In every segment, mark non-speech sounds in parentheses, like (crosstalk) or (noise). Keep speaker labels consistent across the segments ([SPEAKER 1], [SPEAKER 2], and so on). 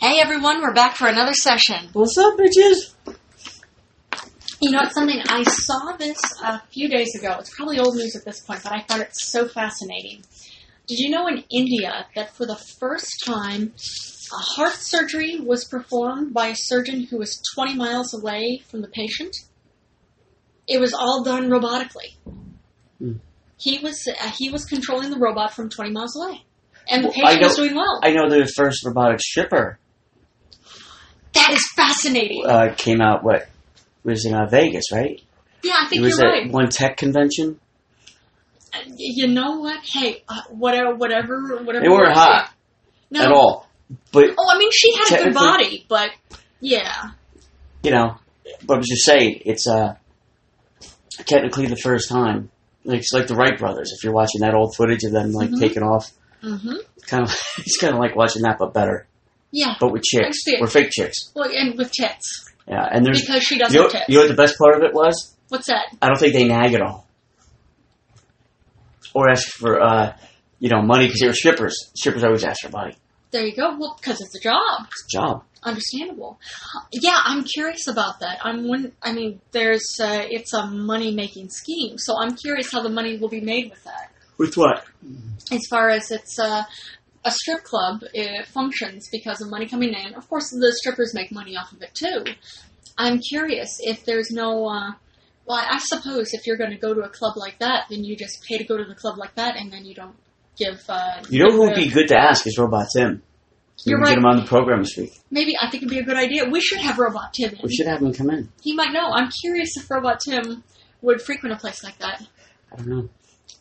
[SPEAKER 1] Hey everyone, we're back for another session.
[SPEAKER 2] What's up, bitches?
[SPEAKER 1] You know, it's something I saw this a few days ago. It's probably old news at this point, but I thought it so fascinating. Did you know in India that for the first time, a heart surgery was performed by a surgeon who was 20 miles away from the patient? It was all done robotically.
[SPEAKER 2] Hmm.
[SPEAKER 1] He was uh, he was controlling the robot from 20 miles away, and the
[SPEAKER 2] Well, I
[SPEAKER 1] patient was
[SPEAKER 2] don't-
[SPEAKER 1] doing well.
[SPEAKER 2] I know the first robotic stripper
[SPEAKER 1] that is fascinating.
[SPEAKER 2] uh, came out. What was in uh, Vegas, right?
[SPEAKER 1] yeah, I
[SPEAKER 2] it
[SPEAKER 1] think
[SPEAKER 2] was
[SPEAKER 1] you're
[SPEAKER 2] at
[SPEAKER 1] right.
[SPEAKER 2] one tech convention.
[SPEAKER 1] Uh, you know what? Hey, uh, whatever, whatever, whatever.
[SPEAKER 2] They weren't
[SPEAKER 1] works.
[SPEAKER 2] hot
[SPEAKER 1] No.
[SPEAKER 2] at all, but
[SPEAKER 1] Oh, I mean, she had a good
[SPEAKER 2] Technically-
[SPEAKER 1] body, but yeah,
[SPEAKER 2] you know, but I was just saying, it's uh, technically the first time. Like, it's like the Wright brothers. If you're watching that old footage of them like
[SPEAKER 1] Mhm.
[SPEAKER 2] taking off,
[SPEAKER 1] hmm
[SPEAKER 2] it's kind of (laughs) it's kind of like watching that, but better,
[SPEAKER 1] yeah.
[SPEAKER 2] but with chicks,
[SPEAKER 1] see it.
[SPEAKER 2] or fake chicks.
[SPEAKER 1] Well, and with tits
[SPEAKER 2] Yeah, and there's
[SPEAKER 1] because she
[SPEAKER 2] you
[SPEAKER 1] doesn't
[SPEAKER 2] know,
[SPEAKER 1] tits.
[SPEAKER 2] you know what the best part of it was.
[SPEAKER 1] What's that?
[SPEAKER 2] I don't think they nag at all, or ask for uh, you know money because they were strippers. Strippers always ask for money.
[SPEAKER 1] There you go. Well, because it's a job.
[SPEAKER 2] It's a job.
[SPEAKER 1] Understandable. Yeah, I'm curious about that. I'm one. I mean, there's uh, it's a money making scheme, so I'm curious how the money will be made with that.
[SPEAKER 2] With what?
[SPEAKER 1] as far as it's uh, a strip club, it functions because of money coming in. Of course, the strippers make money off of it too. I'm curious if there's no. Uh, well, I suppose if you're going to go to a club like that, then you just pay to go to the club like that, and then you don't give. Uh,
[SPEAKER 2] You know who would
[SPEAKER 1] give
[SPEAKER 2] be good to ask is Robot Tim. We
[SPEAKER 1] You're
[SPEAKER 2] can
[SPEAKER 1] right.
[SPEAKER 2] Get him on the program this week.
[SPEAKER 1] the- Maybe I think it'd be a good idea. We should have Robot Tim. In.
[SPEAKER 2] We should have him come in.
[SPEAKER 1] He might know. I'm curious if Robot Tim would frequent a place like that.
[SPEAKER 2] I don't know.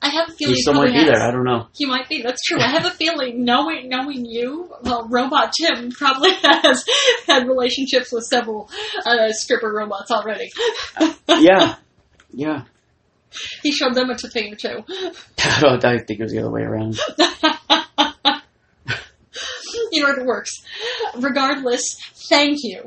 [SPEAKER 1] I have a feeling
[SPEAKER 2] He
[SPEAKER 1] he
[SPEAKER 2] still
[SPEAKER 1] probably
[SPEAKER 2] might
[SPEAKER 1] has.
[SPEAKER 2] be there. I don't
[SPEAKER 1] (laughs)
[SPEAKER 2] know.
[SPEAKER 1] He might be. That's true. I have a feeling knowing knowing you, well, Robot Tim probably (laughs) has had relationships with several uh, stripper robots already.
[SPEAKER 2] Yeah, yeah. (laughs)
[SPEAKER 1] He showed them a thing or two.
[SPEAKER 2] I don't. I think it was the other way around.
[SPEAKER 1] you know it works. Regardless, thank
[SPEAKER 2] (laughs)
[SPEAKER 1] you.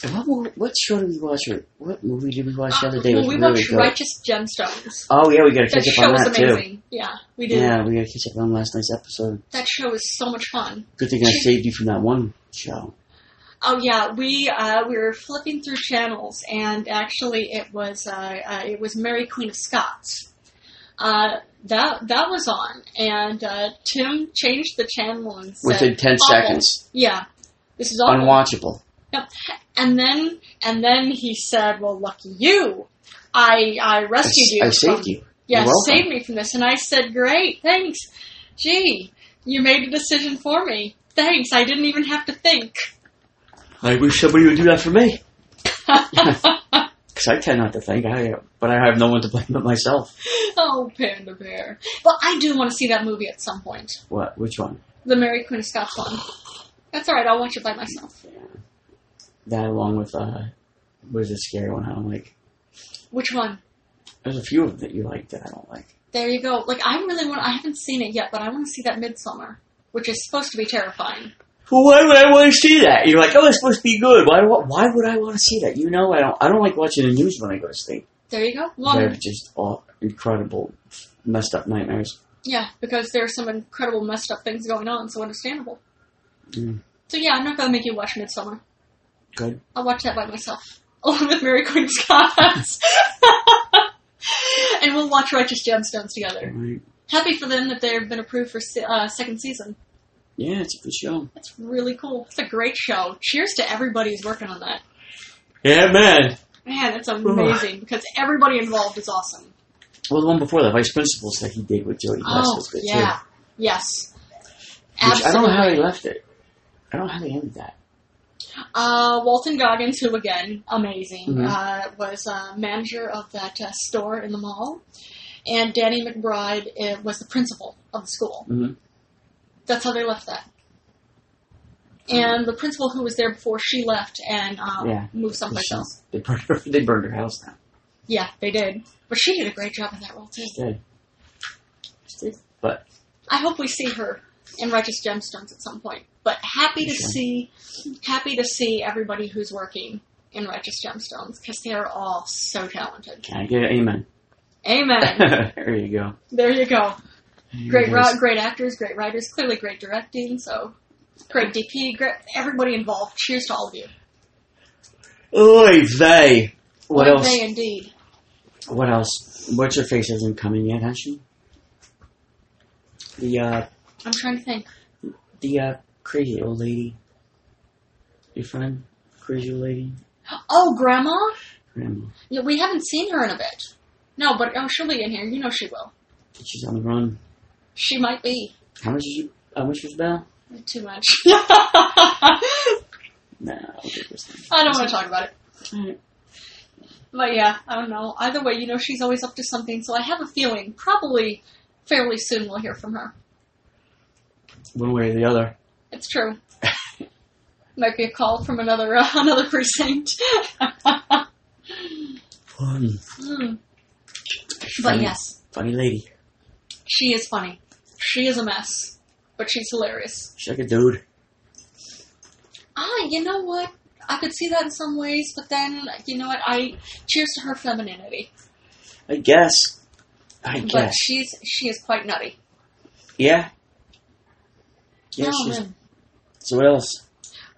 [SPEAKER 2] And What mo- what show did we watch? Or what movie did we watch the other day?
[SPEAKER 1] well,
[SPEAKER 2] was
[SPEAKER 1] we
[SPEAKER 2] really
[SPEAKER 1] watched
[SPEAKER 2] good.
[SPEAKER 1] Righteous Gemstones.
[SPEAKER 2] Oh yeah, we got to
[SPEAKER 1] That
[SPEAKER 2] catch up
[SPEAKER 1] show
[SPEAKER 2] on
[SPEAKER 1] was
[SPEAKER 2] that too.
[SPEAKER 1] amazing. Yeah, we did.
[SPEAKER 2] Yeah, we got to catch up on last night's episode.
[SPEAKER 1] That show was so much fun.
[SPEAKER 2] Good thing I saved you from that one show.
[SPEAKER 1] Oh yeah, we uh, we were flipping through channels, and actually it was uh, uh, it was Mary Queen of Scots. Uh, that that was on, and uh, Tim changed the channel and said,
[SPEAKER 2] Within ten
[SPEAKER 1] "Awful."
[SPEAKER 2] seconds,
[SPEAKER 1] "Yeah, this is awful."
[SPEAKER 2] unwatchable.
[SPEAKER 1] and then and then he said, "Well, lucky you, I I
[SPEAKER 2] I,
[SPEAKER 1] rescued you.
[SPEAKER 2] I
[SPEAKER 1] from-
[SPEAKER 2] saved you.
[SPEAKER 1] Yeah,
[SPEAKER 2] You're welcome.
[SPEAKER 1] saved me from this." And I said, "Great, thanks. Gee, you made a decision for me. Thanks. I didn't even have to think."
[SPEAKER 2] (laughs)
[SPEAKER 1] (laughs)
[SPEAKER 2] I wish somebody would do that for me. Because I tend not to think, I, but I have no one to blame but myself.
[SPEAKER 1] Oh, Panda Bear. Well, I do want to see that movie at some point.
[SPEAKER 2] What? Which one?
[SPEAKER 1] The Mary Queen of Scots one. That's alright, I'll watch it by myself.
[SPEAKER 2] That along with, uh, was a scary one I don't like.
[SPEAKER 1] Which one?
[SPEAKER 2] There's a few of them that you like that I don't like.
[SPEAKER 1] There you go. Like, I really want, I haven't seen it yet, but I want to see that Midsummer, which is supposed to be terrifying.
[SPEAKER 2] Well, why would I want to see that? You're like, oh, it's supposed to be good. Why? do I- Why would I want to see that? You know, I don't. I don't like watching the news when I go to sleep.
[SPEAKER 1] There you go. Well,
[SPEAKER 2] They're just all incredible, messed up nightmares.
[SPEAKER 1] yeah, because there are some incredible messed up things going on, so understandable.
[SPEAKER 2] Mm.
[SPEAKER 1] So yeah, I'm not gonna make you watch Midsummer.
[SPEAKER 2] Good.
[SPEAKER 1] I'll watch that by myself. (laughs) Along with Mary Queen of Scots. (laughs) and we'll watch Righteous Gemstones together.
[SPEAKER 2] Right.
[SPEAKER 1] happy for them that they've been approved for se- uh, second season.
[SPEAKER 2] Yeah, it's a good show.
[SPEAKER 1] That's really cool. It's a great show. Cheers to everybody who's working on that.
[SPEAKER 2] Yeah, man.
[SPEAKER 1] Man, it's amazing because everybody involved is awesome.
[SPEAKER 2] Well, the one before that, Vice Principals, that he did with Jodie West
[SPEAKER 1] Oh,
[SPEAKER 2] was good too.
[SPEAKER 1] yeah. Yes.
[SPEAKER 2] Which I don't
[SPEAKER 1] Absolutely.
[SPEAKER 2] know how he left it. I don't know how he ended that.
[SPEAKER 1] uh, Walton Goggins, who again, amazing,
[SPEAKER 2] Mhm.
[SPEAKER 1] uh, was uh, manager of that uh, store in the mall. And Danny McBride uh, was the principal of the school.
[SPEAKER 2] Mhm.
[SPEAKER 1] That's how they left that. And the principal who was there before, she left and um,
[SPEAKER 2] Yeah.
[SPEAKER 1] moved someplace
[SPEAKER 2] She-
[SPEAKER 1] else.
[SPEAKER 2] They burned her. They burned her house down.
[SPEAKER 1] Yeah, they did. But she did a great job in that role too.
[SPEAKER 2] She did. She did. But
[SPEAKER 1] I hope we see her in Righteous Gemstones at some point. But happy to
[SPEAKER 2] Sure.
[SPEAKER 1] see, happy to see everybody who's working in Righteous Gemstones because they are all so talented.
[SPEAKER 2] can I get an amen? (laughs)
[SPEAKER 1] Amen.
[SPEAKER 2] there you go.
[SPEAKER 1] there you go. Great,
[SPEAKER 2] rock.
[SPEAKER 1] ro- great actors, great writers, clearly great directing. So Craig DP, Gre- everybody involved. Cheers to all of you.
[SPEAKER 2] Oy vey. What
[SPEAKER 1] One
[SPEAKER 2] else?
[SPEAKER 1] day indeed.
[SPEAKER 2] What else? What's your face isn't coming yet, has she? The uh,
[SPEAKER 1] I'm trying to think.
[SPEAKER 2] the uh, crazy old lady. Your friend, crazy old lady,
[SPEAKER 1] Oh, Grandma?
[SPEAKER 2] grandma.
[SPEAKER 1] Yeah, we haven't seen her in a bit. No, but oh, she'll be in here. You know she will.
[SPEAKER 2] She's on the run.
[SPEAKER 1] She might be.
[SPEAKER 2] How much is she? How much was Bell?
[SPEAKER 1] Too much. (laughs) I
[SPEAKER 2] Nah, I'll get this thing.
[SPEAKER 1] don't want to talk about it.
[SPEAKER 2] Alright.
[SPEAKER 1] But yeah, I don't know. Either way, you know she's always up to something, so I have a feeling probably fairly soon we'll hear from her.
[SPEAKER 2] One way or the other.
[SPEAKER 1] It's true. (laughs) Might be a call from another uh, (laughs) another precinct.
[SPEAKER 2] Funny.
[SPEAKER 1] Hmm. But
[SPEAKER 2] Funny-
[SPEAKER 1] yes,
[SPEAKER 2] Funny lady.
[SPEAKER 1] she is funny. She is a mess, but she's hilarious.
[SPEAKER 2] She's like a dude.
[SPEAKER 1] Ah, you know what? I could see that in some ways, but then you know what? I cheers to her femininity,
[SPEAKER 2] I guess. I
[SPEAKER 1] but
[SPEAKER 2] guess.
[SPEAKER 1] she's she is quite nutty.
[SPEAKER 2] Yeah. Yeah,
[SPEAKER 1] Oh,
[SPEAKER 2] she's.
[SPEAKER 1] man.
[SPEAKER 2] So what else?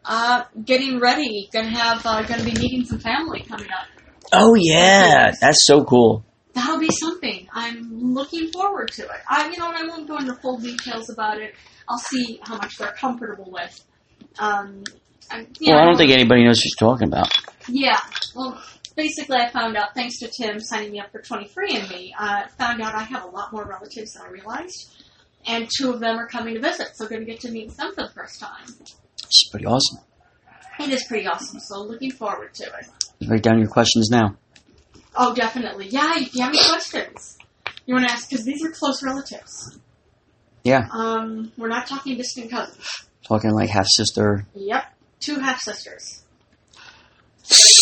[SPEAKER 1] Uh, getting ready. Gonna have uh, gonna be meeting some family coming up.
[SPEAKER 2] Oh yeah, that's so cool.
[SPEAKER 1] that'll be something. I'm looking forward to it. I, you know, and I won't go into full details about it. I'll see how much they're comfortable with. Um, I, you
[SPEAKER 2] Well, I
[SPEAKER 1] know,
[SPEAKER 2] don't think anybody knows what she's talking about.
[SPEAKER 1] Yeah. Well, basically, I found out thanks to Tim signing me up for 23andMe. Uh, found out I have a lot more relatives than I realized, and two of them are coming to visit. So, going to get to meet them for the first time.
[SPEAKER 2] She's pretty awesome.
[SPEAKER 1] It is pretty awesome. So, looking forward to it.
[SPEAKER 2] Write down your questions now.
[SPEAKER 1] Oh, definitely. Yeah. If you have any questions, you want to ask because these are close relatives.
[SPEAKER 2] Yeah,
[SPEAKER 1] Um, we're not talking distant cousins.
[SPEAKER 2] talking like half sister.
[SPEAKER 1] Yep, two half sisters.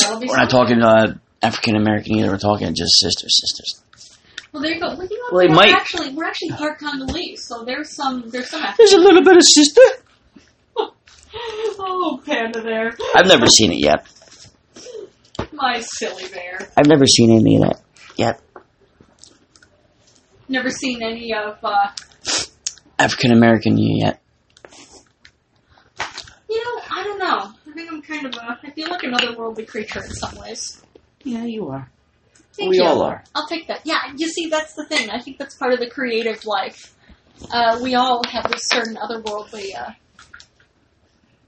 [SPEAKER 1] That'll be
[SPEAKER 2] We're not
[SPEAKER 1] something.
[SPEAKER 2] talking uh, African American either. We're talking just sisters, sisters.
[SPEAKER 1] Well, there you go. Well, you know,
[SPEAKER 2] Well, they
[SPEAKER 1] we're
[SPEAKER 2] might-
[SPEAKER 1] actually we're actually part Congolese, so there's some there's
[SPEAKER 2] (laughs)
[SPEAKER 1] some. African.
[SPEAKER 2] There's a little bit of sister.
[SPEAKER 1] Oh, panda there,
[SPEAKER 2] I've never seen it yet.
[SPEAKER 1] my silly bear.
[SPEAKER 2] I've never seen any of that yet.
[SPEAKER 1] Never seen any of. Uh,
[SPEAKER 2] African American you yet.
[SPEAKER 1] you know, I don't know. I think I'm kind of a. I feel like an otherworldly creature in some ways.
[SPEAKER 2] Yeah, you are.
[SPEAKER 1] Thank
[SPEAKER 2] we
[SPEAKER 1] you.
[SPEAKER 2] all are.
[SPEAKER 1] I'll take that. Yeah, you see, that's the thing. I think that's part of the creative life. Uh, we all have this certain otherworldly. Uh,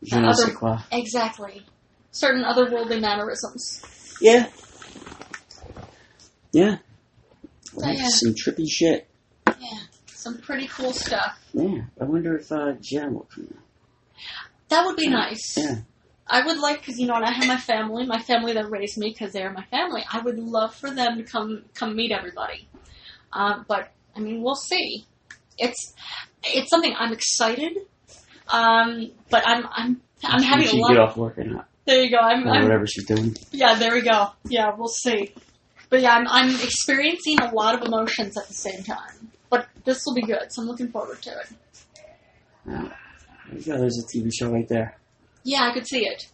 [SPEAKER 2] Je ne sais
[SPEAKER 1] Other-
[SPEAKER 2] quoi.
[SPEAKER 1] Exactly. Certain otherworldly mannerisms.
[SPEAKER 2] Yeah. Yeah.
[SPEAKER 1] Oh,
[SPEAKER 2] Like
[SPEAKER 1] yeah.
[SPEAKER 2] Some trippy shit.
[SPEAKER 1] Yeah. Some pretty cool stuff.
[SPEAKER 2] Yeah. I wonder if uh, Jen will come out.
[SPEAKER 1] That would be nice.
[SPEAKER 2] Yeah.
[SPEAKER 1] I would like, because you know, and I have my family, my family that raised me, because they're my family. I would love for them to come come meet everybody. Um, but I mean, we'll see. It's it's something I'm excited. Um, but I'm I'm I'm
[SPEAKER 2] She
[SPEAKER 1] having
[SPEAKER 2] should
[SPEAKER 1] a
[SPEAKER 2] get
[SPEAKER 1] lot.
[SPEAKER 2] off work or not.
[SPEAKER 1] There you go. I'm,
[SPEAKER 2] Or
[SPEAKER 1] I'm
[SPEAKER 2] whatever she's doing.
[SPEAKER 1] Yeah, there we go. Yeah, we'll see. But yeah, I'm, I'm experiencing a lot of emotions at the same time. But this will be good, so I'm looking forward to it.
[SPEAKER 2] Uh, there you go. There's a TV show right there.
[SPEAKER 1] Yeah, I could see it.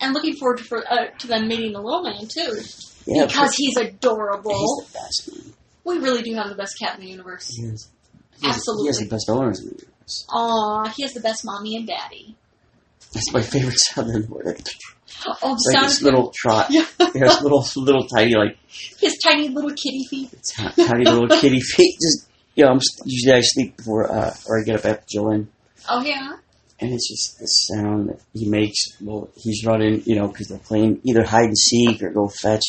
[SPEAKER 1] And looking forward to, for, uh, to them meeting the little man, too.
[SPEAKER 2] Yeah.
[SPEAKER 1] because he's
[SPEAKER 2] but
[SPEAKER 1] adorable.
[SPEAKER 2] he's the best. Man.
[SPEAKER 1] we really do have the best cat in the universe.
[SPEAKER 2] He is. He has,
[SPEAKER 1] Absolutely.
[SPEAKER 2] He has the best owners in the universe.
[SPEAKER 1] Aw, he has the best mommy and daddy.
[SPEAKER 2] That's my favorite (laughs) sound in the world. It's
[SPEAKER 1] Oh,
[SPEAKER 2] like
[SPEAKER 1] sound
[SPEAKER 2] this little trot.
[SPEAKER 1] (laughs) Yeah.
[SPEAKER 2] He has little, little tiny, like,
[SPEAKER 1] His tiny little kitty feet.
[SPEAKER 2] t-
[SPEAKER 1] (laughs)
[SPEAKER 2] tiny little kitty feet. Just, you know, I'm, s- usually I sleep before, uh, or I get up after Jolene.
[SPEAKER 1] Oh, yeah?
[SPEAKER 2] and it's just the sound that he makes. Well, he's running, you know, because they're playing either hide and seek or go fetch.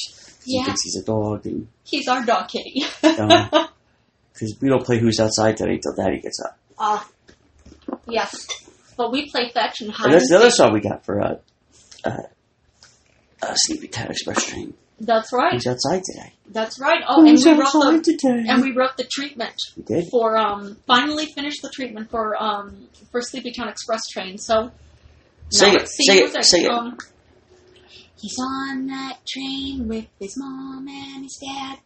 [SPEAKER 2] He
[SPEAKER 1] Yeah,
[SPEAKER 2] thinks he's a dog, and
[SPEAKER 1] he's our dog
[SPEAKER 2] (laughs)
[SPEAKER 1] kitty. (laughs)
[SPEAKER 2] because we don't play who's outside today till Daddy gets up.
[SPEAKER 1] Ah, yes. But we play fetch and hide.
[SPEAKER 2] And that's
[SPEAKER 1] and
[SPEAKER 2] the other
[SPEAKER 1] seek.
[SPEAKER 2] song we got for uh, uh, uh, Sleepy Cat Express Train.
[SPEAKER 1] That's right.
[SPEAKER 2] Who's outside today?
[SPEAKER 1] That's right. Oh, and
[SPEAKER 2] who's
[SPEAKER 1] we wrote the
[SPEAKER 2] today?
[SPEAKER 1] and we wrote the treatment
[SPEAKER 2] we did.
[SPEAKER 1] for um finally finished the treatment for um for Sleepy Town Express train. So
[SPEAKER 2] Sing
[SPEAKER 1] now,
[SPEAKER 2] it,
[SPEAKER 1] see,
[SPEAKER 2] sing
[SPEAKER 1] what
[SPEAKER 2] it,
[SPEAKER 1] was that?
[SPEAKER 2] sing it.
[SPEAKER 1] Um, He's on that train with his mom and his dad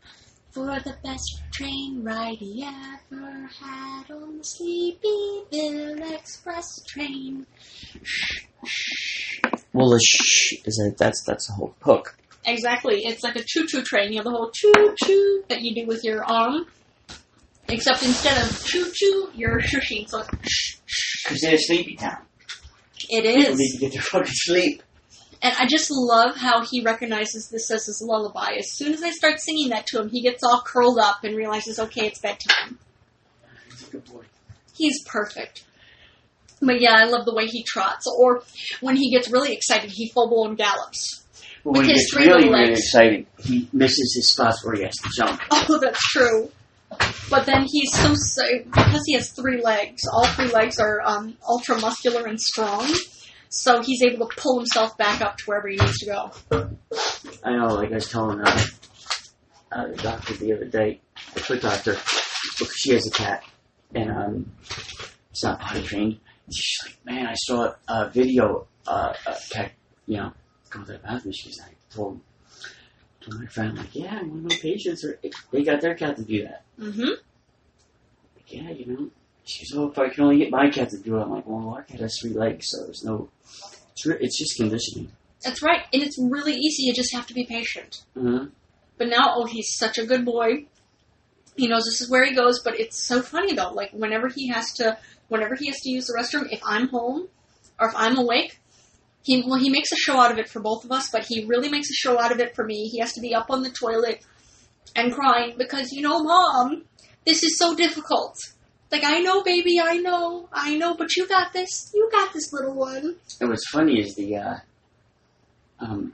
[SPEAKER 1] for the best train ride he ever had on the Sleepyville Express train.
[SPEAKER 2] Well, the shh is that that's that's the whole hook.
[SPEAKER 1] Exactly. It's like a choo choo train. You have the whole choo choo that you do with your arm. Except instead of choo choo, you're shushing. So it's
[SPEAKER 2] Because they're Sleepy Town.
[SPEAKER 1] It
[SPEAKER 2] People
[SPEAKER 1] is.
[SPEAKER 2] need to get their fucking sleep.
[SPEAKER 1] And I just love how he recognizes this as his lullaby. As soon as I start singing that to him, he gets all curled up and realizes, okay, it's bedtime.
[SPEAKER 2] Good boy.
[SPEAKER 1] He's perfect. But yeah, I love the way he trots. Or when he gets really excited, he full blown gallops. (laughs)
[SPEAKER 2] But when
[SPEAKER 1] With
[SPEAKER 2] he
[SPEAKER 1] his
[SPEAKER 2] gets
[SPEAKER 1] three
[SPEAKER 2] really,
[SPEAKER 1] little
[SPEAKER 2] really
[SPEAKER 1] legs.
[SPEAKER 2] excited, he misses his spots where he has to jump.
[SPEAKER 1] Oh, that's true. But then he's so, so because he has three legs. All three legs are um, ultra muscular and strong, so he's able to pull himself back up to wherever he needs to go.
[SPEAKER 2] I know, like I was telling uh, uh, the doctor the other day, the foot doctor, because she has a cat, and um, it's not potty trained. She's like, man, I saw a video, uh, a cat, you know, come to the bathroom. She's like, told, told my friend, like, yeah, one of my patients, are, they got their cat to do that.
[SPEAKER 1] Mm-hmm.
[SPEAKER 2] Like, yeah, you know. She goes, oh, if I can only get my cat to do it, I'm like, well, our cat has three legs, so there's no, it's, re- it's just conditioning.
[SPEAKER 1] That's right, and it's really easy. You just have to be patient.
[SPEAKER 2] Uh-huh.
[SPEAKER 1] But now, oh, he's such a good boy. He knows this is where he goes, but it's so funny though. Like whenever he has to, whenever he has to use the restroom, if I'm home or if I'm awake, he well he makes a show out of it for both of us. But he really makes a show out of it for me. He has to be up on the toilet and crying because you know, mom, this is so difficult. Like I know, baby, I know, I know, but you got this. You got this, little one.
[SPEAKER 2] And what's funny is the, uh, um,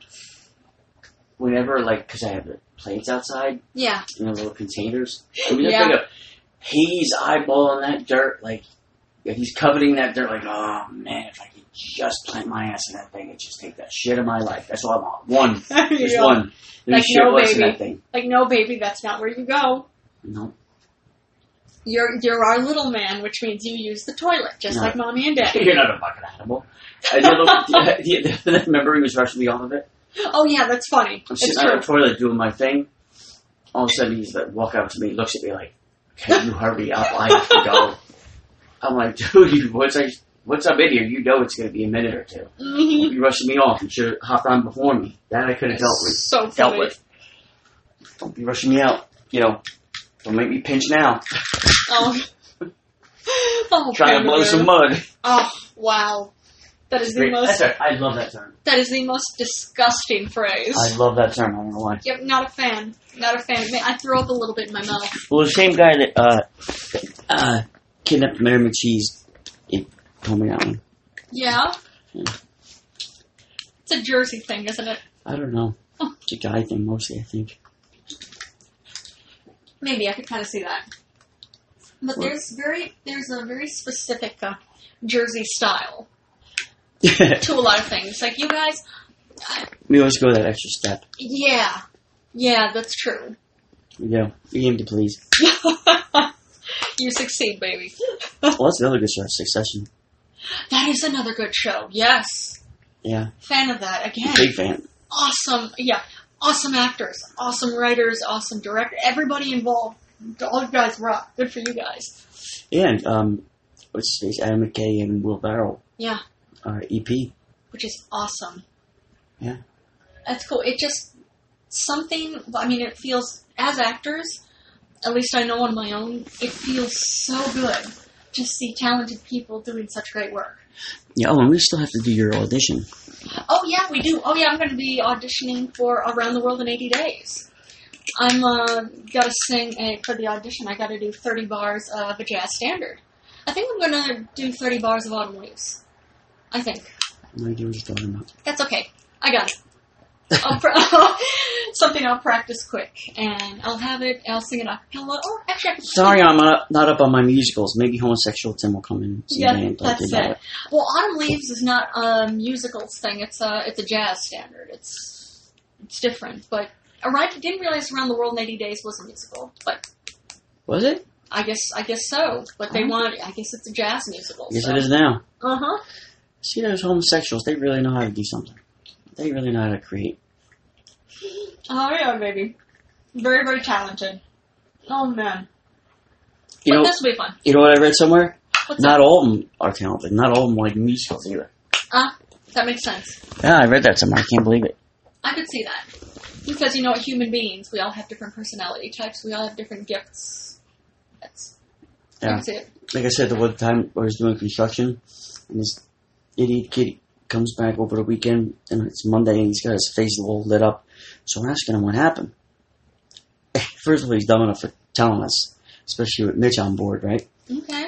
[SPEAKER 2] whenever, like, because I have the plates outside
[SPEAKER 1] Yeah,
[SPEAKER 2] in the little containers, I mean,
[SPEAKER 1] Yeah.
[SPEAKER 2] yeah. up, he's eyeballing that dirt, like, yeah, he's coveting that dirt, like, oh man, if I could just plant my ass in that thing and just take that shit of my life. That's all I
[SPEAKER 1] (laughs)
[SPEAKER 2] want. One. There's
[SPEAKER 1] Yeah.
[SPEAKER 2] one. There's
[SPEAKER 1] Like,
[SPEAKER 2] shit
[SPEAKER 1] no,
[SPEAKER 2] worse than
[SPEAKER 1] baby.
[SPEAKER 2] that thing.
[SPEAKER 1] like no, baby, that's not where you go.
[SPEAKER 2] No. (laughs)
[SPEAKER 1] You're you're our little man, which means you use the toilet, just
[SPEAKER 2] No.
[SPEAKER 1] like mommy and daddy.
[SPEAKER 2] You're not a fucking animal. And the other- (laughs) the- the- remember he was rushing me off of it?
[SPEAKER 1] Oh yeah, that's funny.
[SPEAKER 2] I'm
[SPEAKER 1] It's
[SPEAKER 2] sitting on
[SPEAKER 1] true.
[SPEAKER 2] the toilet doing my thing. All of a sudden, he's like, walk up to me, looks at me like, "Can you hurry up? I have to go." (laughs) I'm like, "Dude, you- what's I, what's up in here? You know it's going to be a minute or two.
[SPEAKER 1] Mhm.
[SPEAKER 2] You rushing me off. You should have hopped on before me. That I could have dealt with.
[SPEAKER 1] So
[SPEAKER 2] Dealt
[SPEAKER 1] funny.
[SPEAKER 2] with. Don't be rushing me out. You know, don't make me pinch now. (laughs)
[SPEAKER 1] Oh. oh,
[SPEAKER 2] Trying to blow
[SPEAKER 1] Peter.
[SPEAKER 2] some mud.
[SPEAKER 1] Oh wow, that is the
[SPEAKER 2] That's
[SPEAKER 1] most
[SPEAKER 2] right. I love that term.
[SPEAKER 1] that is the most disgusting phrase.
[SPEAKER 2] I love that term. I don't know why.
[SPEAKER 1] Yep, not a fan. Not a fan. I throw up a little bit in my mouth.
[SPEAKER 2] Well, the same guy that uh, uh, kidnapped Mary McCheese, it told me that one.
[SPEAKER 1] Yeah. It's a Jersey thing, isn't it?
[SPEAKER 2] I don't know.
[SPEAKER 1] Huh.
[SPEAKER 2] It's a guy thing mostly, I think. (laughs)
[SPEAKER 1] Maybe I could kind of see that. But
[SPEAKER 2] Well-
[SPEAKER 1] there's very there's a very specific uh, Jersey style to a lot of things. Like you guys,
[SPEAKER 2] we always go that extra step.
[SPEAKER 1] Yeah, yeah, that's true. (laughs)
[SPEAKER 2] We go. We aim to please.
[SPEAKER 1] you succeed, baby.
[SPEAKER 2] Well, that's another good show, Succession.
[SPEAKER 1] That is another good show. Yes,
[SPEAKER 2] Yeah.
[SPEAKER 1] fan of that again.
[SPEAKER 2] Big fan.
[SPEAKER 1] Awesome, yeah, awesome actors, awesome writers, awesome director. Everybody involved, all you guys rock. Good for you guys.
[SPEAKER 2] And, um, what's his face? Adam McKay and Will E Barrell
[SPEAKER 1] Yeah,
[SPEAKER 2] are EP.
[SPEAKER 1] which is awesome.
[SPEAKER 2] Yeah.
[SPEAKER 1] that's cool. It just something. I mean, it feels as actors. At least I know on my own, it feels so good to see talented people doing such great work.
[SPEAKER 2] Yeah, oh, and we still have to do your audition.
[SPEAKER 1] Oh yeah, we do. Oh yeah, I'm going to be auditioning for Around the World in 80 Days. I'm uh, got to sing a, for the audition. I got to do 30 bars of a jazz standard. I think I'm going to do 30 bars of Autumn Leaves. I think
[SPEAKER 2] No idea what he's talking about.
[SPEAKER 1] that's okay. I got it. (laughs) I'll pra- something I'll practice quick, and I'll have it. I'll sing it a cappella. Or actually, I can
[SPEAKER 2] Sorry, I'm not, not up on my musicals. Maybe Homosexual Tim will come in.
[SPEAKER 1] Yeah,
[SPEAKER 2] and play
[SPEAKER 1] that's
[SPEAKER 2] about
[SPEAKER 1] it. Well, Autumn Leaves is not a musical thing. It's a it's a jazz standard. It's it's different. But I didn't realize Around the World in 80 Days was a musical. But
[SPEAKER 2] Was it?
[SPEAKER 1] I guess I guess so. But they
[SPEAKER 2] Oh.
[SPEAKER 1] want I guess it's a jazz musical.
[SPEAKER 2] Yes,
[SPEAKER 1] so.
[SPEAKER 2] it is now.
[SPEAKER 1] Uh huh.
[SPEAKER 2] See, those homosexuals, they really know how to do something. They really know how to create.
[SPEAKER 1] Oh yeah, baby. Very very talented. Oh man.
[SPEAKER 2] You
[SPEAKER 1] but
[SPEAKER 2] know,
[SPEAKER 1] this will be fun.
[SPEAKER 2] you know what I read somewhere?
[SPEAKER 1] What's
[SPEAKER 2] Not all of them are talented. Not all of them like musicals either.
[SPEAKER 1] Uh, that? That makes sense.
[SPEAKER 2] Yeah, I read that somewhere. I can't believe it.
[SPEAKER 1] I could see that because you know, human beings, we all have different personality types. We all have different gifts. That's I
[SPEAKER 2] Yeah.
[SPEAKER 1] can see it.
[SPEAKER 2] Like I said, the one time I was doing construction, and this idiot kid comes back over the weekend, and it's Monday, and he's got his face all lit up. So I'm asking him what happened. (laughs) First of all, he's dumb enough for telling us, especially with Mitch on board, right?
[SPEAKER 1] Okay.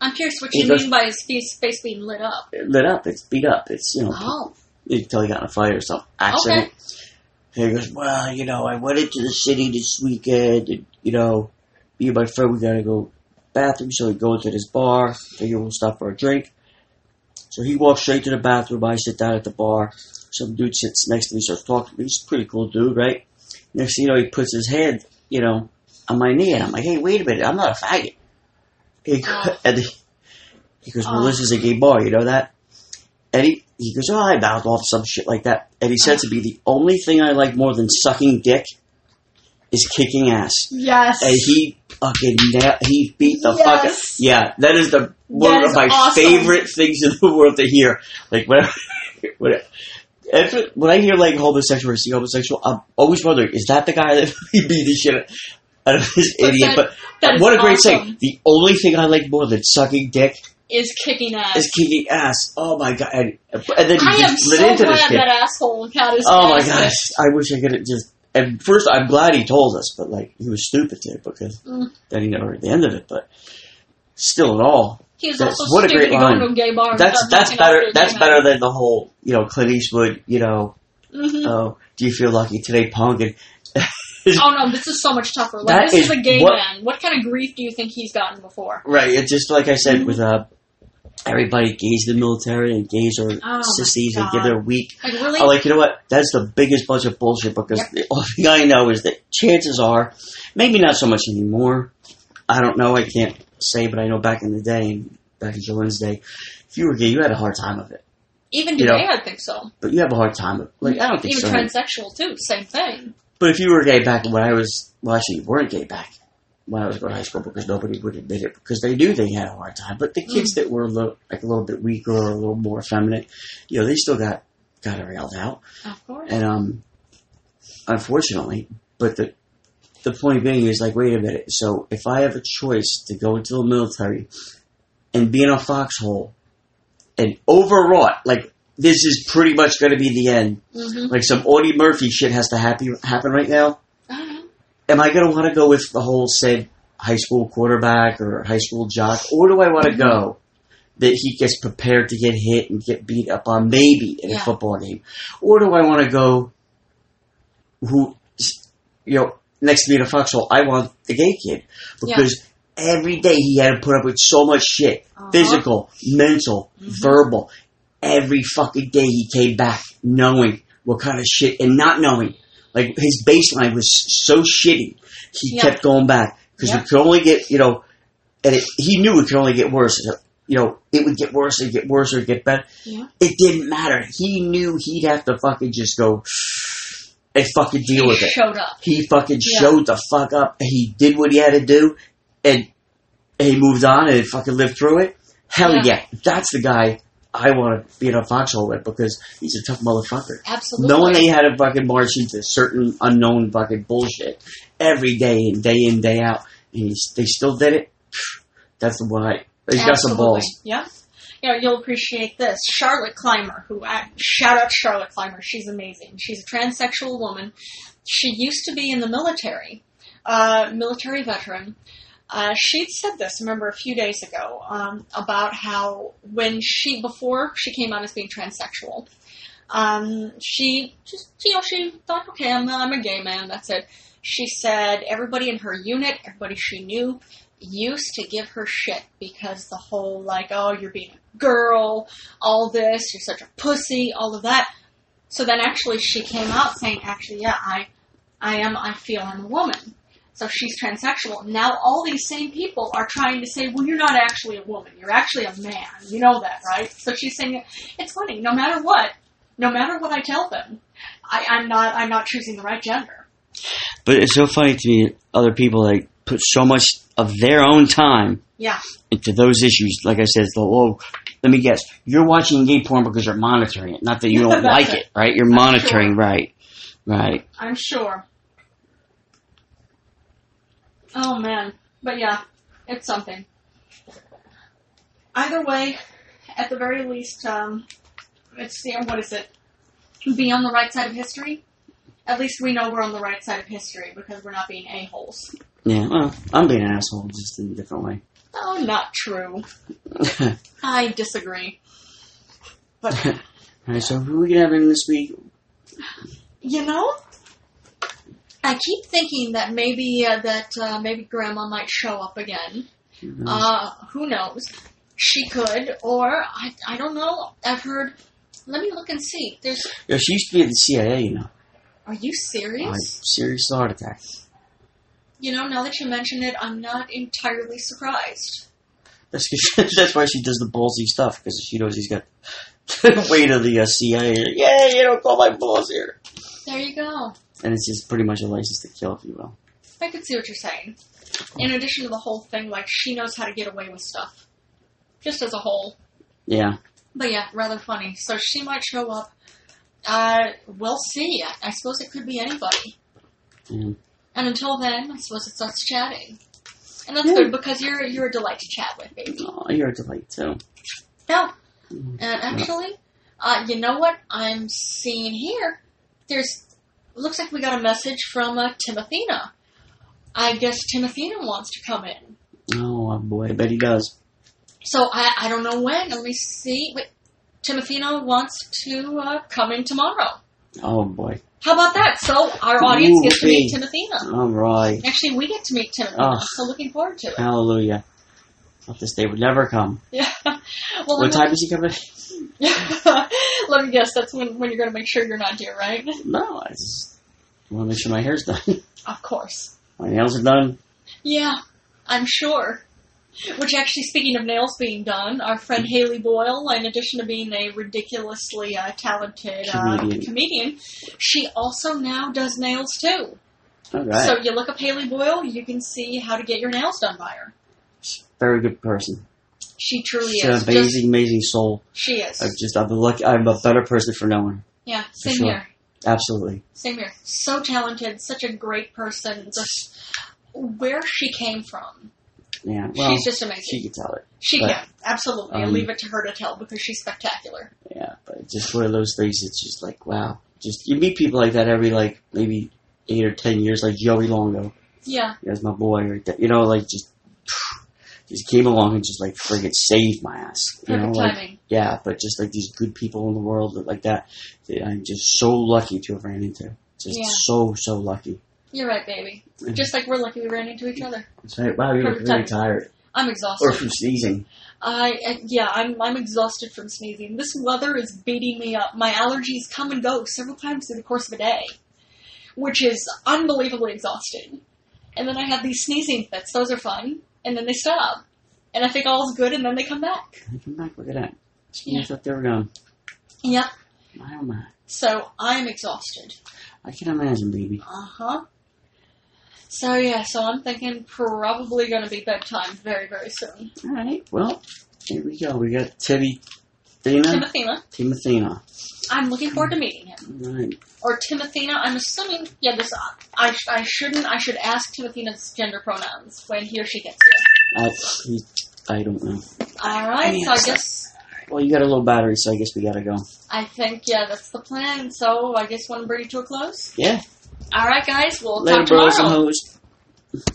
[SPEAKER 1] I'm curious what
[SPEAKER 2] He
[SPEAKER 1] you
[SPEAKER 2] does-
[SPEAKER 1] mean by his face, face being lit up.
[SPEAKER 2] It lit up, it's beat up, it's, you know,
[SPEAKER 1] Oh,
[SPEAKER 2] you can tell he got in a fight or some accident. He goes, well, you know, I went into the city this weekend, and, you know, me and my friend, we gotta go bathroom, so we go into this bar, figure we'll stop for a drink. So he walks straight to the bathroom, I sit down at the bar, some dude sits next to me, starts talking to me, he's a pretty cool dude, right? Next thing you know, he puts his hand, you know, on my knee, and I'm like, hey, wait a minute, I'm not a faggot. He, go-
[SPEAKER 1] Oh.
[SPEAKER 2] (laughs) and he, he goes, well,
[SPEAKER 1] Oh.
[SPEAKER 2] this is a gay bar, you know that? And he, he goes, oh, I mouth off some shit like that. And he said to me, the only thing I like more than sucking dick is kicking ass.
[SPEAKER 1] yes.
[SPEAKER 2] And he fucking na- he beat the fuck out.
[SPEAKER 1] Yes.
[SPEAKER 2] Yeah, that is the one
[SPEAKER 1] That
[SPEAKER 2] of
[SPEAKER 1] is
[SPEAKER 2] my
[SPEAKER 1] awesome.
[SPEAKER 2] favorite things in the world to hear. Like whenever, (laughs) when, if it- when I hear like homosexual or see homosexual, I'm always wondering, is that the guy that (laughs) he beat the shit out of this
[SPEAKER 1] But
[SPEAKER 2] idiot?
[SPEAKER 1] that-
[SPEAKER 2] but
[SPEAKER 1] That is
[SPEAKER 2] what a great
[SPEAKER 1] awesome.
[SPEAKER 2] thing! The only thing I like more than sucking dick
[SPEAKER 1] Is kicking ass.
[SPEAKER 2] is kicking ass. Oh my god! And, and then he
[SPEAKER 1] I am
[SPEAKER 2] just lit
[SPEAKER 1] so
[SPEAKER 2] into this
[SPEAKER 1] glad
[SPEAKER 2] kid.
[SPEAKER 1] that asshole got his
[SPEAKER 2] Oh my
[SPEAKER 1] ass
[SPEAKER 2] gosh! I wish I could have just. And first, I'm glad he told us, but like he was stupid there because
[SPEAKER 1] Mm.
[SPEAKER 2] then he never heard the end of it. But still, at all,
[SPEAKER 1] He was
[SPEAKER 2] That's-
[SPEAKER 1] also
[SPEAKER 2] what a
[SPEAKER 1] stupid
[SPEAKER 2] great
[SPEAKER 1] going
[SPEAKER 2] line.
[SPEAKER 1] to a gay bar. and
[SPEAKER 2] that's
[SPEAKER 1] start
[SPEAKER 2] that's
[SPEAKER 1] making out
[SPEAKER 2] better.
[SPEAKER 1] with a
[SPEAKER 2] That's
[SPEAKER 1] gay
[SPEAKER 2] better
[SPEAKER 1] man.
[SPEAKER 2] than the whole you know Clint Eastwood. You know,
[SPEAKER 1] Mhm.
[SPEAKER 2] oh, do you feel lucky today, punk? And
[SPEAKER 1] oh no, this is so much tougher. Like
[SPEAKER 2] That
[SPEAKER 1] this is,
[SPEAKER 2] is
[SPEAKER 1] a gay
[SPEAKER 2] what-
[SPEAKER 1] man. What kind of grief do you think he's gotten before?
[SPEAKER 2] right, it's just like I
[SPEAKER 1] Mm.
[SPEAKER 2] said with uh, everybody gays in the military and gays or
[SPEAKER 1] Oh my
[SPEAKER 2] sissies and give
[SPEAKER 1] God.
[SPEAKER 2] their weak
[SPEAKER 1] Like really?
[SPEAKER 2] I'm like, you know what? That's the biggest bunch of bullshit because
[SPEAKER 1] Yep.
[SPEAKER 2] the only thing I know is that chances are, maybe not so much anymore. I don't know. I can't say, but I know back in the day, back in Joanne's day, if you were gay, you had a hard time of it.
[SPEAKER 1] Even
[SPEAKER 2] you
[SPEAKER 1] today,
[SPEAKER 2] know,
[SPEAKER 1] I think so.
[SPEAKER 2] But you have a hard time of like I don't think
[SPEAKER 1] Even
[SPEAKER 2] so.
[SPEAKER 1] transsexual too. Same thing.
[SPEAKER 2] but if you were gay back when I was, well, actually, you weren't gay back when I was going to high school because nobody would admit it because they knew they had a hard time. But the kids that were a little, like a little bit weaker or a little more effeminate, you know, they still got got railed out.
[SPEAKER 1] Of course.
[SPEAKER 2] and um, unfortunately, but the the point being is like, wait a minute. So if I have a choice to go into the military and be in a foxhole and overwrought, like this is pretty much going to be the end.
[SPEAKER 1] hmm
[SPEAKER 2] Like some Audie Murphy shit has to happy, happen right now.
[SPEAKER 1] I don't know.
[SPEAKER 2] Am I going to want to go with the whole said high school quarterback or high school jock, or do I want to go? That he gets prepared to get hit and get beat up on, maybe in a
[SPEAKER 1] Yeah.
[SPEAKER 2] football game, or do I want to go who, you know, next to me in a foxhole, I want the gay kid because every day he had to put up with so much shit,
[SPEAKER 1] Uh-huh.
[SPEAKER 2] physical, mental,
[SPEAKER 1] Mhm.
[SPEAKER 2] verbal. Every fucking day he came back knowing what kind of shit and not knowing. Like his baseline was so shitty, he
[SPEAKER 1] Yeah.
[SPEAKER 2] kept going back because
[SPEAKER 1] Yeah.
[SPEAKER 2] it could only get you know, and it, he knew it could only get worse. Uh, You know, it would get worse, it get worse, it get better.
[SPEAKER 1] Yeah.
[SPEAKER 2] It didn't matter. He knew he'd have to fucking just go and fucking deal with it.
[SPEAKER 1] Showed up.
[SPEAKER 2] He fucking
[SPEAKER 1] Yeah.
[SPEAKER 2] showed the fuck up. He did what he had to do, and he moved on and fucking lived through it. Hell
[SPEAKER 1] Yeah.
[SPEAKER 2] yeah, that's the guy I want to be in a foxhole with because he's a tough motherfucker.
[SPEAKER 1] Absolutely.
[SPEAKER 2] Knowing they had to fucking march into certain unknown fucking bullshit every day and day in day out, and he's, they still did it. That's why he's got some
[SPEAKER 1] Absolutely.
[SPEAKER 2] balls.
[SPEAKER 1] Yeah. You know, you'll appreciate this. Charlotte Clymer, who I, shout out Charlotte Clymer, she's amazing. She's a transsexual woman. She used to be in the military, uh, military veteran. Uh, she said this, remember, a few days ago um, about how when she, before she came out as being transsexual, um, she just, you know, she thought, okay, I'm, I'm a gay man, that's it. She said everybody in her unit, everybody she knew, used to give her shit because the whole like, oh, you're being a girl, all this, you're such a pussy, all of that. So then actually she came out saying, actually, yeah, I, I am, I feel I'm a woman. So she's transsexual. Now all these same people are trying to say, well, you're not actually a woman. You're actually a man. You know that, right? So she's saying, it's funny. No matter what, no matter what I tell them, I, I'm not, I'm not choosing the right gender.
[SPEAKER 2] But it's so funny to me. Other people like put so much of their own time
[SPEAKER 1] Yeah.
[SPEAKER 2] into those issues, like I said, it's the low. Let me guess. You're watching gay porn because you're monitoring it. Not that you don't
[SPEAKER 1] That's
[SPEAKER 2] like
[SPEAKER 1] it.
[SPEAKER 2] it, right? You're
[SPEAKER 1] I'm
[SPEAKER 2] monitoring, right? Right.
[SPEAKER 1] I'm sure. Oh man, but yeah, it's something. Either way, at the very least, um, it's you know, what is it? Be on the right side of history. At least we know we're on the right side of history because we're not being a holes.
[SPEAKER 2] Yeah, well, I'm being an asshole, just in a different way. (laughs)
[SPEAKER 1] Oh, not true. I disagree. But (laughs)
[SPEAKER 2] Alright, so who we have in this week?
[SPEAKER 1] you know, I keep thinking that maybe uh, that uh, maybe Grandma might show up again. Uh, who knows? She could, or I, I don't know. I've heard. Let me look and see. There's.
[SPEAKER 2] Yeah, she used to be at the CIA, you know.
[SPEAKER 1] Are you
[SPEAKER 2] I had
[SPEAKER 1] serious?
[SPEAKER 2] serious heart attack.
[SPEAKER 1] You know, now that you mention it, I'm not entirely surprised.
[SPEAKER 2] That's 'cause- that's why she (laughs) does the ballsy stuff because she knows he's got (laughs) the weight of the uh, CIA. Yeah, you don't call my balls here.
[SPEAKER 1] There you go.
[SPEAKER 2] And it's just pretty much a license to kill, if you will.
[SPEAKER 1] I could see what you're saying. In addition to the whole thing, like she knows how to get away with stuff, just as a whole.
[SPEAKER 2] Yeah,
[SPEAKER 1] But yeah, rather funny. So she might show up. Uh, we'll see. I, I suppose it could be anybody.
[SPEAKER 2] Yeah.
[SPEAKER 1] And until then, I suppose it starts chatting. And that's
[SPEAKER 2] Yeah.
[SPEAKER 1] good because you're you're a delight to chat with, baby.
[SPEAKER 2] oh, you're a delight too.
[SPEAKER 1] No. And actually, uh, you know what I'm seeing here? There's looks like we got a message from uh, Timothina. I guess Timothina wants to come in.
[SPEAKER 2] Oh uh, boy, I bet he does.
[SPEAKER 1] So I, I don't know when. Let me see. Wait, Timothina wants to uh, come in tomorrow.
[SPEAKER 2] Oh boy.
[SPEAKER 1] How about that? So our audience
[SPEAKER 2] Ooh,
[SPEAKER 1] gets to meet
[SPEAKER 2] okay.
[SPEAKER 1] Timothina.
[SPEAKER 2] All right.
[SPEAKER 1] Actually, we get to meet Timothina.
[SPEAKER 2] Oh.
[SPEAKER 1] So looking forward to it.
[SPEAKER 2] Hallelujah. Thought this day would never come.
[SPEAKER 1] Yeah. (laughs) well,
[SPEAKER 2] What
[SPEAKER 1] let
[SPEAKER 2] time is he coming?
[SPEAKER 1] me, (laughs) let me guess. That's when, when you're going to make sure you're not here, right?
[SPEAKER 2] No, I just want to make sure my hair's done. (laughs)
[SPEAKER 1] Of course.
[SPEAKER 2] my nails are done.
[SPEAKER 1] Yeah, I'm sure. Which actually, speaking of nails being done, our friend Haley Boyle, in addition to being a ridiculously uh, talented Uh,
[SPEAKER 2] Comedian.
[SPEAKER 1] comedian, she also now does nails too.
[SPEAKER 2] All right.
[SPEAKER 1] So you look up Haley Boyle, you can see how to get your nails done by her.
[SPEAKER 2] Very good person.
[SPEAKER 1] She truly
[SPEAKER 2] She's
[SPEAKER 1] is.
[SPEAKER 2] an amazing, amazing soul.
[SPEAKER 1] Just- she is.
[SPEAKER 2] I've just, I've been lucky. I'm a better person for knowing her.
[SPEAKER 1] yeah, same
[SPEAKER 2] sure.
[SPEAKER 1] here.
[SPEAKER 2] Absolutely.
[SPEAKER 1] Same here. So talented, such a great person. Just where she came from,
[SPEAKER 2] Yeah. Well,
[SPEAKER 1] she's just amazing.
[SPEAKER 2] she could tell it.
[SPEAKER 1] She
[SPEAKER 2] But-
[SPEAKER 1] can, absolutely. I
[SPEAKER 2] Um,
[SPEAKER 1] leave it to her to tell because she's spectacular.
[SPEAKER 2] Yeah, but it's just one of those things. It's just like wow. Just you meet people like that every like maybe eight or ten years. Like Joey Longo,
[SPEAKER 1] Yeah,
[SPEAKER 2] that's my boy right there. You know, like just just came along and just like friggin' saved my ass. You
[SPEAKER 1] perfect
[SPEAKER 2] know, like
[SPEAKER 1] timing.
[SPEAKER 2] yeah, but just like these good people in the world that like that. that I'm just so lucky to have ran into. Just
[SPEAKER 1] Yeah.
[SPEAKER 2] so so lucky.
[SPEAKER 1] You're right, baby.
[SPEAKER 2] Mhm.
[SPEAKER 1] Just like we're lucky we ran into each other.
[SPEAKER 2] That's right. Wow, you look
[SPEAKER 1] Perfect
[SPEAKER 2] really
[SPEAKER 1] timing.
[SPEAKER 2] tired,
[SPEAKER 1] I'm
[SPEAKER 2] or
[SPEAKER 1] exhausted.
[SPEAKER 2] from sneezing.
[SPEAKER 1] I I- yeah, I'm I'm exhausted from sneezing. This weather is beating me up. My allergies come and go several times through the course of a day, which is unbelievably exhausting. And then I have these sneezing fits. Those are fun, and then they stop. And I think all's good, and then they come back.
[SPEAKER 2] I come back. Look at that.
[SPEAKER 1] Yeah.
[SPEAKER 2] I thought they were gone.
[SPEAKER 1] Yep.
[SPEAKER 2] My oh my.
[SPEAKER 1] So I'm exhausted.
[SPEAKER 2] I can imagine, baby.
[SPEAKER 1] Uh huh. So yeah, so I'm thinking probably going to be bedtime very very soon.
[SPEAKER 2] All right. Well, here we go. We got Timmy, Thina,
[SPEAKER 1] Timothina,
[SPEAKER 2] Timothina.
[SPEAKER 1] I'm looking forward to meeting him.
[SPEAKER 2] All right.
[SPEAKER 1] Or Timothina, I'm assuming. Yeah, this I I shouldn't. I should ask Timothina's gender pronouns when he or she gets here.
[SPEAKER 2] I, he- I don't know.
[SPEAKER 1] All right. So I
[SPEAKER 2] Yes.
[SPEAKER 1] guess
[SPEAKER 2] Well, you got a little battery, so I guess we gotta go.
[SPEAKER 1] I think yeah, that's the plan. So I guess want to bring it to a close.
[SPEAKER 2] Yeah.
[SPEAKER 1] All right, guys. We'll
[SPEAKER 2] Later,
[SPEAKER 1] talk tomorrow.
[SPEAKER 2] bros and hoes.